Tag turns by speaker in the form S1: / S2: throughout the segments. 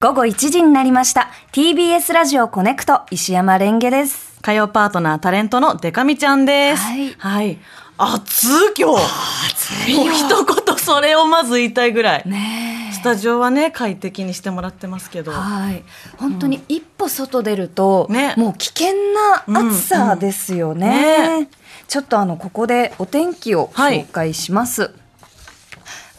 S1: 午後1時になりました。TBS ラジオコネクト、石山レンゲです。
S2: 火曜パートナータレントのデカミちゃんです。
S1: はい
S2: はい。暑い今日。もう一言それをまず言いたいぐらい。
S1: ね
S2: スタジオはね快適にしてもらってますけど。
S1: はい。本当に一歩外出ると、
S2: ね
S1: もう危険な暑さですよね。
S2: うん
S1: ねちょっとあの、ここでお天気を紹介します。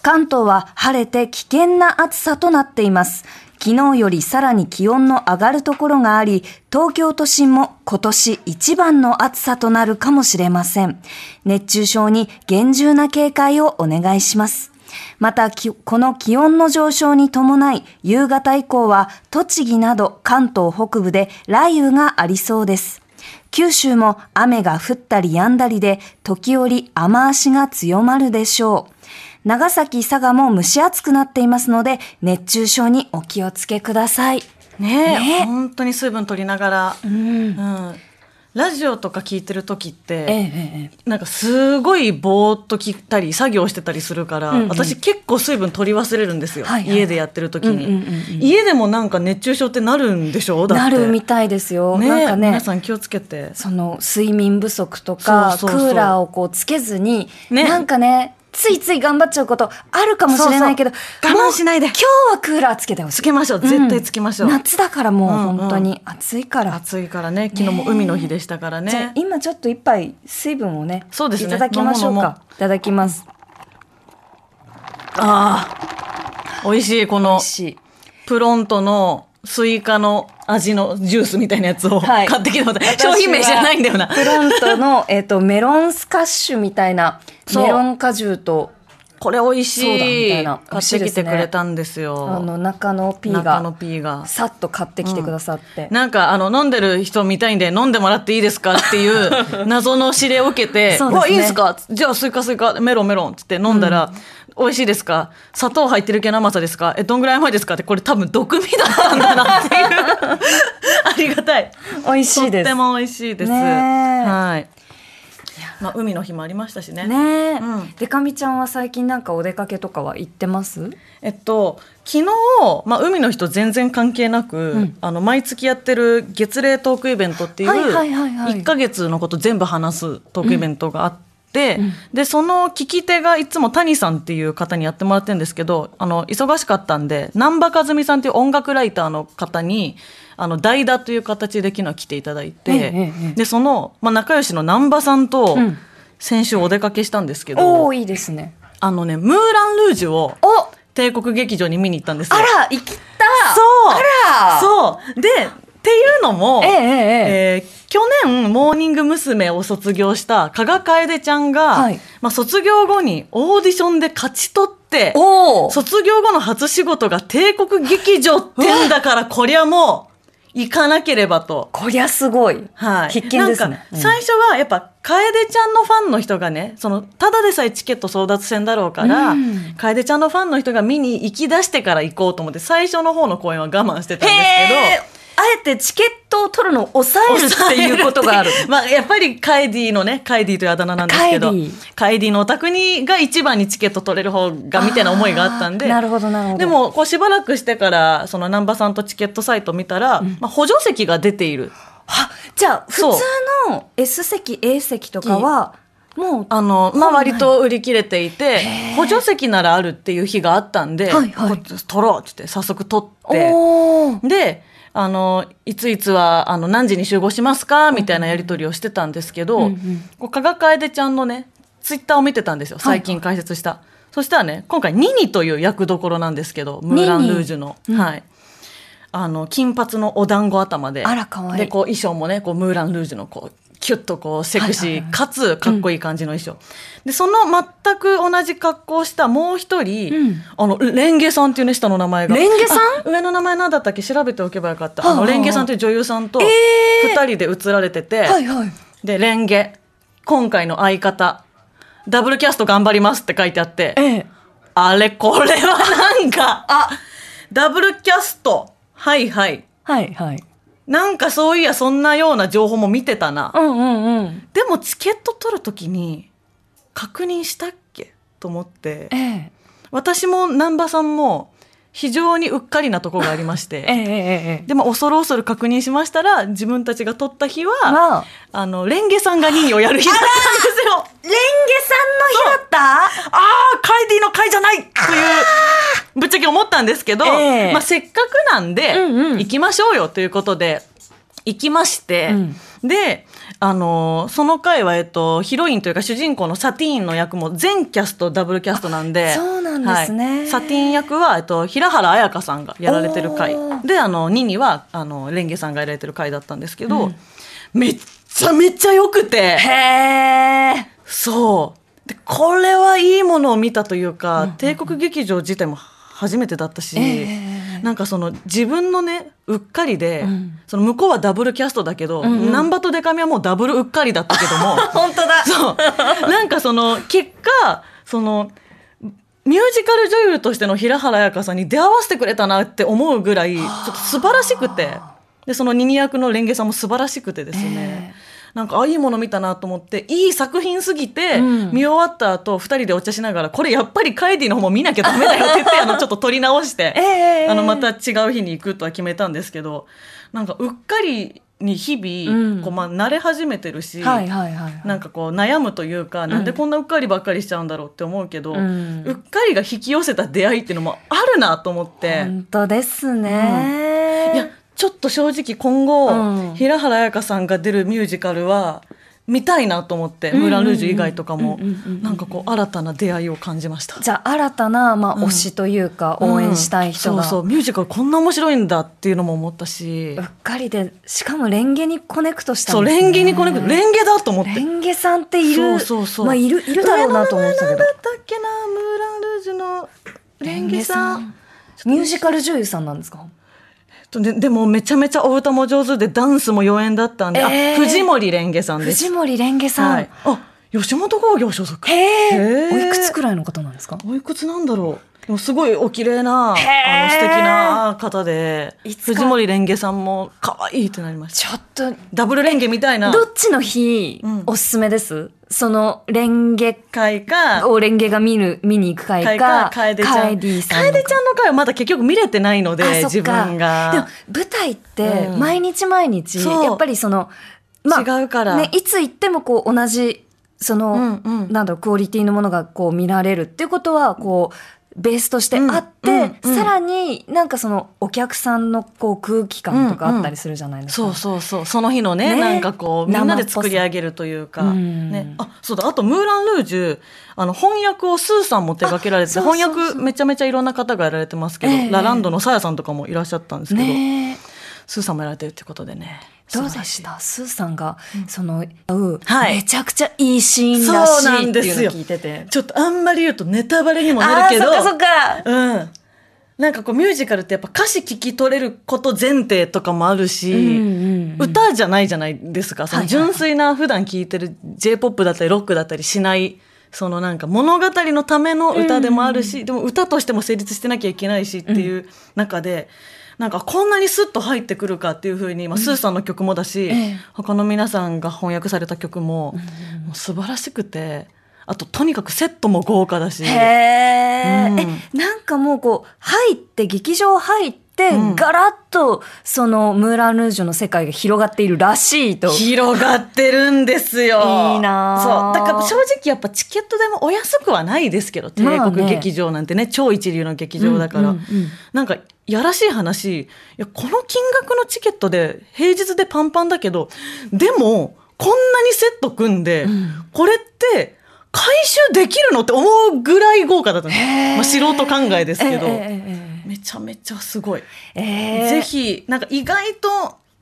S1: 関東は晴れて危険な暑さとなっています。昨日よりさらに気温の上がるところがあり、東京都心も今年一番の暑さとなるかもしれません。熱中症に厳重な警戒をお願いします。また、きこの気温の上昇に伴い、夕方以降は栃木など関東北部で雷雨がありそうです。九州も雨が降ったり止んだりで、時折雨足が強まるでしょう。長崎、佐賀も蒸し暑くなっていますので、熱中症にお気をつけください。
S2: ね
S1: ね
S2: 本当に水分取りながら。
S1: うん。
S2: うん。ラジオとか聞いてる時って。
S1: ええええ
S2: なんかすごいぼーっと聞いたり作業してたりするから、
S1: うんうん
S2: 私結構水分取り忘れるんですよ、
S1: はいはい
S2: 家でやってる時に、
S1: うんうんうんうん
S2: 家でもなんか熱中症ってなるんでしょだっ
S1: な
S2: て
S1: るみたいですよ。
S2: ね
S1: なんかね
S2: 皆、さん気をつけて
S1: その睡眠不足とか、
S2: そうそうそう
S1: クーラーをこうつけずに、
S2: ね
S1: なんかね、ついつい頑張っちゃうことあるかもしれないけど、
S2: そうそう我慢しないで
S1: もう今日はクーラーつけてほしい。
S2: つけましょう絶対つけましょう、
S1: ん夏だからもう本当
S2: うん
S1: に暑いから。
S2: 暑いからね昨日も海の日でしたから
S1: じゃあ
S2: ね
S1: 今ちょっと一杯水分をね
S2: そうですね
S1: いただきましょう
S2: 飲もう飲も
S1: かいただきます
S2: ああ美味しいこ
S1: 美
S2: の
S1: 味しい
S2: プロントのスイカの味のジュースみたいなやつを
S1: はい
S2: 買ってきてもらった、商品名知らないんだよな
S1: 私はプロントの、 えっとメロンスカッシュみたいな
S2: そう
S1: メロン果汁と
S2: これ美味し
S1: そうだみ
S2: い
S1: たいな美
S2: 買
S1: 味しい
S2: って
S1: で
S2: き
S1: すね
S2: てくれたんです
S1: あ
S2: よ
S1: の中野 P
S2: 中の
S1: が
S2: P が
S1: さっと買ってきてくださって、
S2: なんかあの飲んでる人見たいんで飲んでもらっていいですかっていう 謎の指令を受けて「
S1: そうですね
S2: わいいですかじゃあスイカスイカメロンメロン」っつって飲んだら「美味しいですか砂糖入ってる系の甘さですかえどんぐらい甘いですか?」ってこれ多分毒味だったんだなっていう ありがたい
S1: 美味しいです
S2: とっても美味しいです、
S1: ねえ
S2: はいまあ、海の日もありましたしね
S1: ねえ、
S2: うん
S1: でかみちゃんは最近なんかお出かけとかは行ってます
S2: えっと昨日、まあ、海の日と全然関係なく、
S1: ん
S2: あの毎月やってる月齢トークイベントっていう
S1: はいはいはいはい
S2: 1ヶ月のこと全部話すトークイベントがあって。
S1: うん
S2: でその聞き手がいつも谷さんっていう方にやってもらってるんですけどあの忙しかったんで難波和美さんっていう音楽ライターの方にあの代打という形で昨日来ていただいて、
S1: ええええ
S2: でその、まあ、仲良しの難波さんと
S1: うん
S2: 先週お出かけしたんですけど、
S1: おおいいですね
S2: あのねムーラン・ルージュを
S1: お
S2: 帝国劇場に見に行ったんですよ。
S1: あら行きた
S2: そう
S1: あら
S2: そうでっていうのも、
S1: ええええええ
S2: えー去年モーニング娘。を卒業した加賀楓ちゃんが、
S1: はい
S2: まあ、卒業後にオーディションで勝ち取って
S1: おお
S2: 卒業後の初仕事が帝国劇場ってんだからこりゃもう行かなければと。
S1: こりゃすごい、
S2: はい、
S1: 必見です
S2: なん
S1: ね
S2: か最初はやっぱ楓ちゃんのファンの人がねそのただでさえチケット争奪戦だろうから、
S1: うん
S2: 楓ちゃんのファンの人が見に行き出してから行こうと思って最初の方の公演は我慢してたんです
S1: へえ
S2: けど。
S1: あえてチケットを取るのを抑えるっていうことがある。
S2: まあ、やっぱりカイディのね、カイディというあだ名なんですけど
S1: カイディ、
S2: カイディのお宅にが一番にチケット取れる方がみたいな思いがあったんで、
S1: なるほどなるほど。
S2: でもこうしばらくしてからその南波さんとチケットサイト見たら、まあ、補助席が出ている
S1: はじゃあ普通
S2: そう
S1: の S 席 A 席とかはもう
S2: あの、まあ、
S1: 本来
S2: 割と売り切れていて
S1: へー
S2: 補助席ならあるっていう日があったん
S1: は
S2: で、
S1: いはい
S2: こう取ろうってって早速取って
S1: おお
S2: であのいついつはあの何時に集合しますかみたいなやり取りをしてたんですけど、
S1: うんうん
S2: こう加賀楓ちゃんのねツイッターを見てたんですよ
S1: はいはい
S2: 最近解説した、そしたらね今回ニニという役どころなんですけどムーラン・ルージュの、
S1: ニニうん
S2: はいあの金髪のお団子頭で
S1: あら可愛い
S2: でこう衣装もねこうムーラン・ルージュのこうキュッとこうセクシー、
S1: はいはいはい
S2: かつかっこいい感じの衣装、でその全く同じ格好をしたもう一人、
S1: うん
S2: あのレンゲさんっていうね下の名前が
S1: レンゲさん
S2: あ上の名前なんだったっけ調べておけばよかった、
S1: はあはあ
S2: あのレンゲさんという女優さんと
S1: ええ
S2: 二人で映られてて、
S1: はいはい
S2: でレンゲ今回の相方ダブルキャスト頑張りますって書いてあって
S1: ええ
S2: あれこれはなんか
S1: あ
S2: ダブルキャストはいはい
S1: はいはい
S2: なんかそういやそんなような情報も見てたな
S1: うんうんうん
S2: でもチケット取る時に確認したっけと思って
S1: ええ
S2: 私も南波さんも非常にうっかりなとこがありまし
S1: ええ
S2: て。
S1: えええ
S2: でも恐る恐る確認しましたら自分たちが撮った日は、
S1: わあ
S2: あのレンゲさんが2位をやる日だったんですよ
S1: レンゲさんの日だった
S2: ああ、カイディの会じゃないという、ぶっちゃけ思ったんですけど、
S1: ええ
S2: まあ、せっかくなんで、
S1: うんうん
S2: 行きましょうよということで、行きまして、で、あのーその回は、えっと、ヒロインというか主人公のサティーンの役も全キャストダブルキャストなんで、
S1: あそうなんですね
S2: はいサティーン役は、えっと、平原綾香さんがやられてる回
S1: おー
S2: で、あの、ニニは、あの、レンゲさんがやられてる回だったんですけど、めっちゃめっちゃ良くて。
S1: へえ
S2: そうでこれはいいものを見たというか、帝国劇場自体も初めてだったし、
S1: え
S2: なんかその自分のねうっかりで、
S1: ん
S2: その向こうはダブルキャストだけど、
S1: んうん
S2: ナンバとデカミはもうダブルうっかりだったけども
S1: 本当だ
S2: そうなんかその結果そのミュージカル女優としての平原綾香さんに出会わせてくれたなって思うぐらいちょっと素晴らしくてでその二二役のレンゲさんも素晴らしくてですね、なんかあいいもの見たなと思っていい作品すぎて、
S1: うん
S2: 見終わった後二人でお茶しながらこれやっぱりカイディの方も見なきゃダメだよって言ってあのちょっと撮り直して、
S1: ええ
S2: あのまた違う日に行くとは決めたんですけどなんかうっかりに日々、
S1: うん
S2: こうまあ、慣れ始めてるし、
S1: はいはいはい
S2: なんかこう悩むというか、なんでこんなうっかりばっかりしちゃうんだろうって思うけど、
S1: う
S2: うんっかりが引き寄せた出会いっていうのもあるなと思って、
S1: 本当ですね、
S2: いやちょっと正直今後、
S1: うん
S2: 平原綾香さんが出るミュージカルは見たいなと思って、
S1: んうん
S2: ムーラン・ルージュ以外とかも、
S1: うんうんうんうん
S2: なんかこう新たな出会いを感じました。
S1: じゃあ新たな、まあ、推しというか、応援したい人が、
S2: うんそうそうミュージカルこんな面白いんだっていうのも思ったし
S1: うっかりでしかもレンゲにコネクトした
S2: そうレンゲにこれレン
S1: レン
S2: ゲだと思って
S1: レンゲさんっている
S2: そうそうそう
S1: まあいるいるだろうなと思ってたけど
S2: 上の名前なんだったっけなムーラン・ルージュのレンゲさん
S1: ミュージカル女優さんなんですか
S2: ででもめちゃめちゃお歌も上手でダンスも妖艶だったんで、
S1: えー
S2: あ藤森レンゲさんです
S1: 藤森レンゲさん、
S2: はい、あ吉本興業所属
S1: へえ、
S2: へー
S1: おいくつくらいの方なんですか
S2: おいくつなんだろうでもすごいお綺麗なあの
S1: へー
S2: 素敵な方で
S1: いつか
S2: 藤森レンゲさんも可愛いってなりました
S1: ちょっと
S2: ダブルレンゲみたいな
S1: どっちの日、
S2: うん
S1: おすすめですそのレンゲ
S2: 回か
S1: をレンゲが見る見に行く会
S2: 回
S1: か
S2: か楓ち
S1: カ
S2: ゃ
S1: エ
S2: ん
S1: ディさんの
S2: 楓ちゃんの回はまだ結局見れてないので
S1: あそっか
S2: 自分
S1: でも
S2: が
S1: 舞台って
S2: うん
S1: 毎日毎日、
S2: そう
S1: やっぱりその、
S2: 違うから、
S1: ね、いつ行ってもこう同じ、その、
S2: うんうん
S1: なんだろう、クオリティのものがこう見られるっていうことは、こう、ベースとしてあって、
S2: うんうんうん
S1: さらになんかそのお客さんのこう空気感とかあったりするじゃないですか。
S2: そうそうそうその日のね
S1: ね
S2: なんかこうみんなで作り上げるという
S1: 生っぽ
S2: か、
S1: さうん
S2: ね、あそうだあと「ムーラン・ルージュ」あの翻訳をスーさんも手掛けられて
S1: あ
S2: て
S1: そうそうそう
S2: 翻訳めちゃめちゃいろんな方がやられてますけど、
S1: ええ
S2: ラランドのさやさんとかもいらっしゃったんですけど、
S1: ねえ
S2: スーさんもやられてるってことでね
S1: どうでしたスーさんが、その、会う、
S2: はい
S1: めちゃくちゃいいシーンらしいっていうのを聞いてて。
S2: ちょっとあんまり言うとネタバレにも
S1: あ
S2: なる
S1: あ
S2: け
S1: ー、そ
S2: ど
S1: っかそっか。
S2: うん。なんかこうミュージカルってやっぱ歌詞聞き取れること前提とかもあるし、
S1: うんうんうん
S2: 歌じゃないじゃないですか。そ
S1: はい
S2: の
S1: はいはい
S2: 純粋な普段聴いてる J-POP だったりロックだったりしない、そのなんか物語のための歌でもあるし、でも歌としても成立してなきゃいけないしっていう中で、なんかこんなにスッと入ってくるかっていうふうに、まあ、スーさんの曲もだし、
S1: ええ
S2: 他の皆さんが翻訳された曲も、もう素晴らしくて、あととにかくセットも豪華だし。
S1: へー
S2: うん
S1: え、なんかもうこう、入って、劇場入って、
S2: うん
S1: ガラッと、その、ムーラン・ルージュの世界が広がっているらしいと。
S2: 広がってるんですよ。
S1: いいなあ
S2: そう。だから正直やっぱチケットでもお安くはないですけど、帝
S1: まあね
S2: 国劇場なんてね、超一流の劇場だから。
S1: うんうんうん
S2: なんか、やらしい話、いや、この金額のチケットで平日でパンパンだけど、でも、こんなにセット組んで、
S1: ん
S2: これって、回収できるのって思うぐらい豪華だったんですよ
S1: へー
S2: まあ、素人考えですけど、
S1: え
S2: めちゃめちゃすごい。
S1: えええええ
S2: ぜひなんか意外と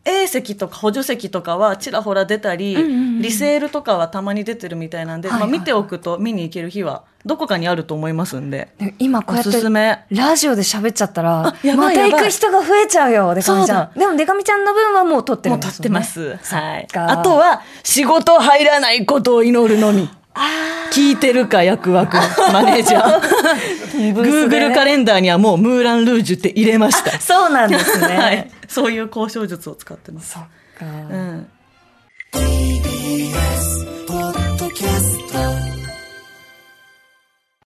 S2: A 席とか補助席とかはちらほら出たり、
S1: うんうんうん
S2: リセールとかはたまに出てるみたいなんで、
S1: はいはい
S2: まあ、見ておくと見に行ける日はどこかにあると思いますんで、
S1: でも今こうやっ
S2: おすす
S1: て
S2: め、
S1: ラジオで喋っちゃったら
S2: あ、や
S1: ま
S2: ばい
S1: た行
S2: やば
S1: く
S2: い
S1: 人が増えちゃうよ、デカミちゃん。でもデカミちゃんの分はもう撮ってる
S2: も
S1: ん
S2: う
S1: で
S2: 立
S1: す
S2: ってます、はい、
S1: そっか
S2: あとは仕事入らないことを祈るのみ聞いてるか役枠のマネージャー
S1: ブースでね
S2: Google カレンダーにはもうムーラン・ルージュって入れました、
S1: そうなんですね。
S2: はい、そういう交渉術を使ってます、
S1: そっか。
S2: うん
S3: ポッドキャスト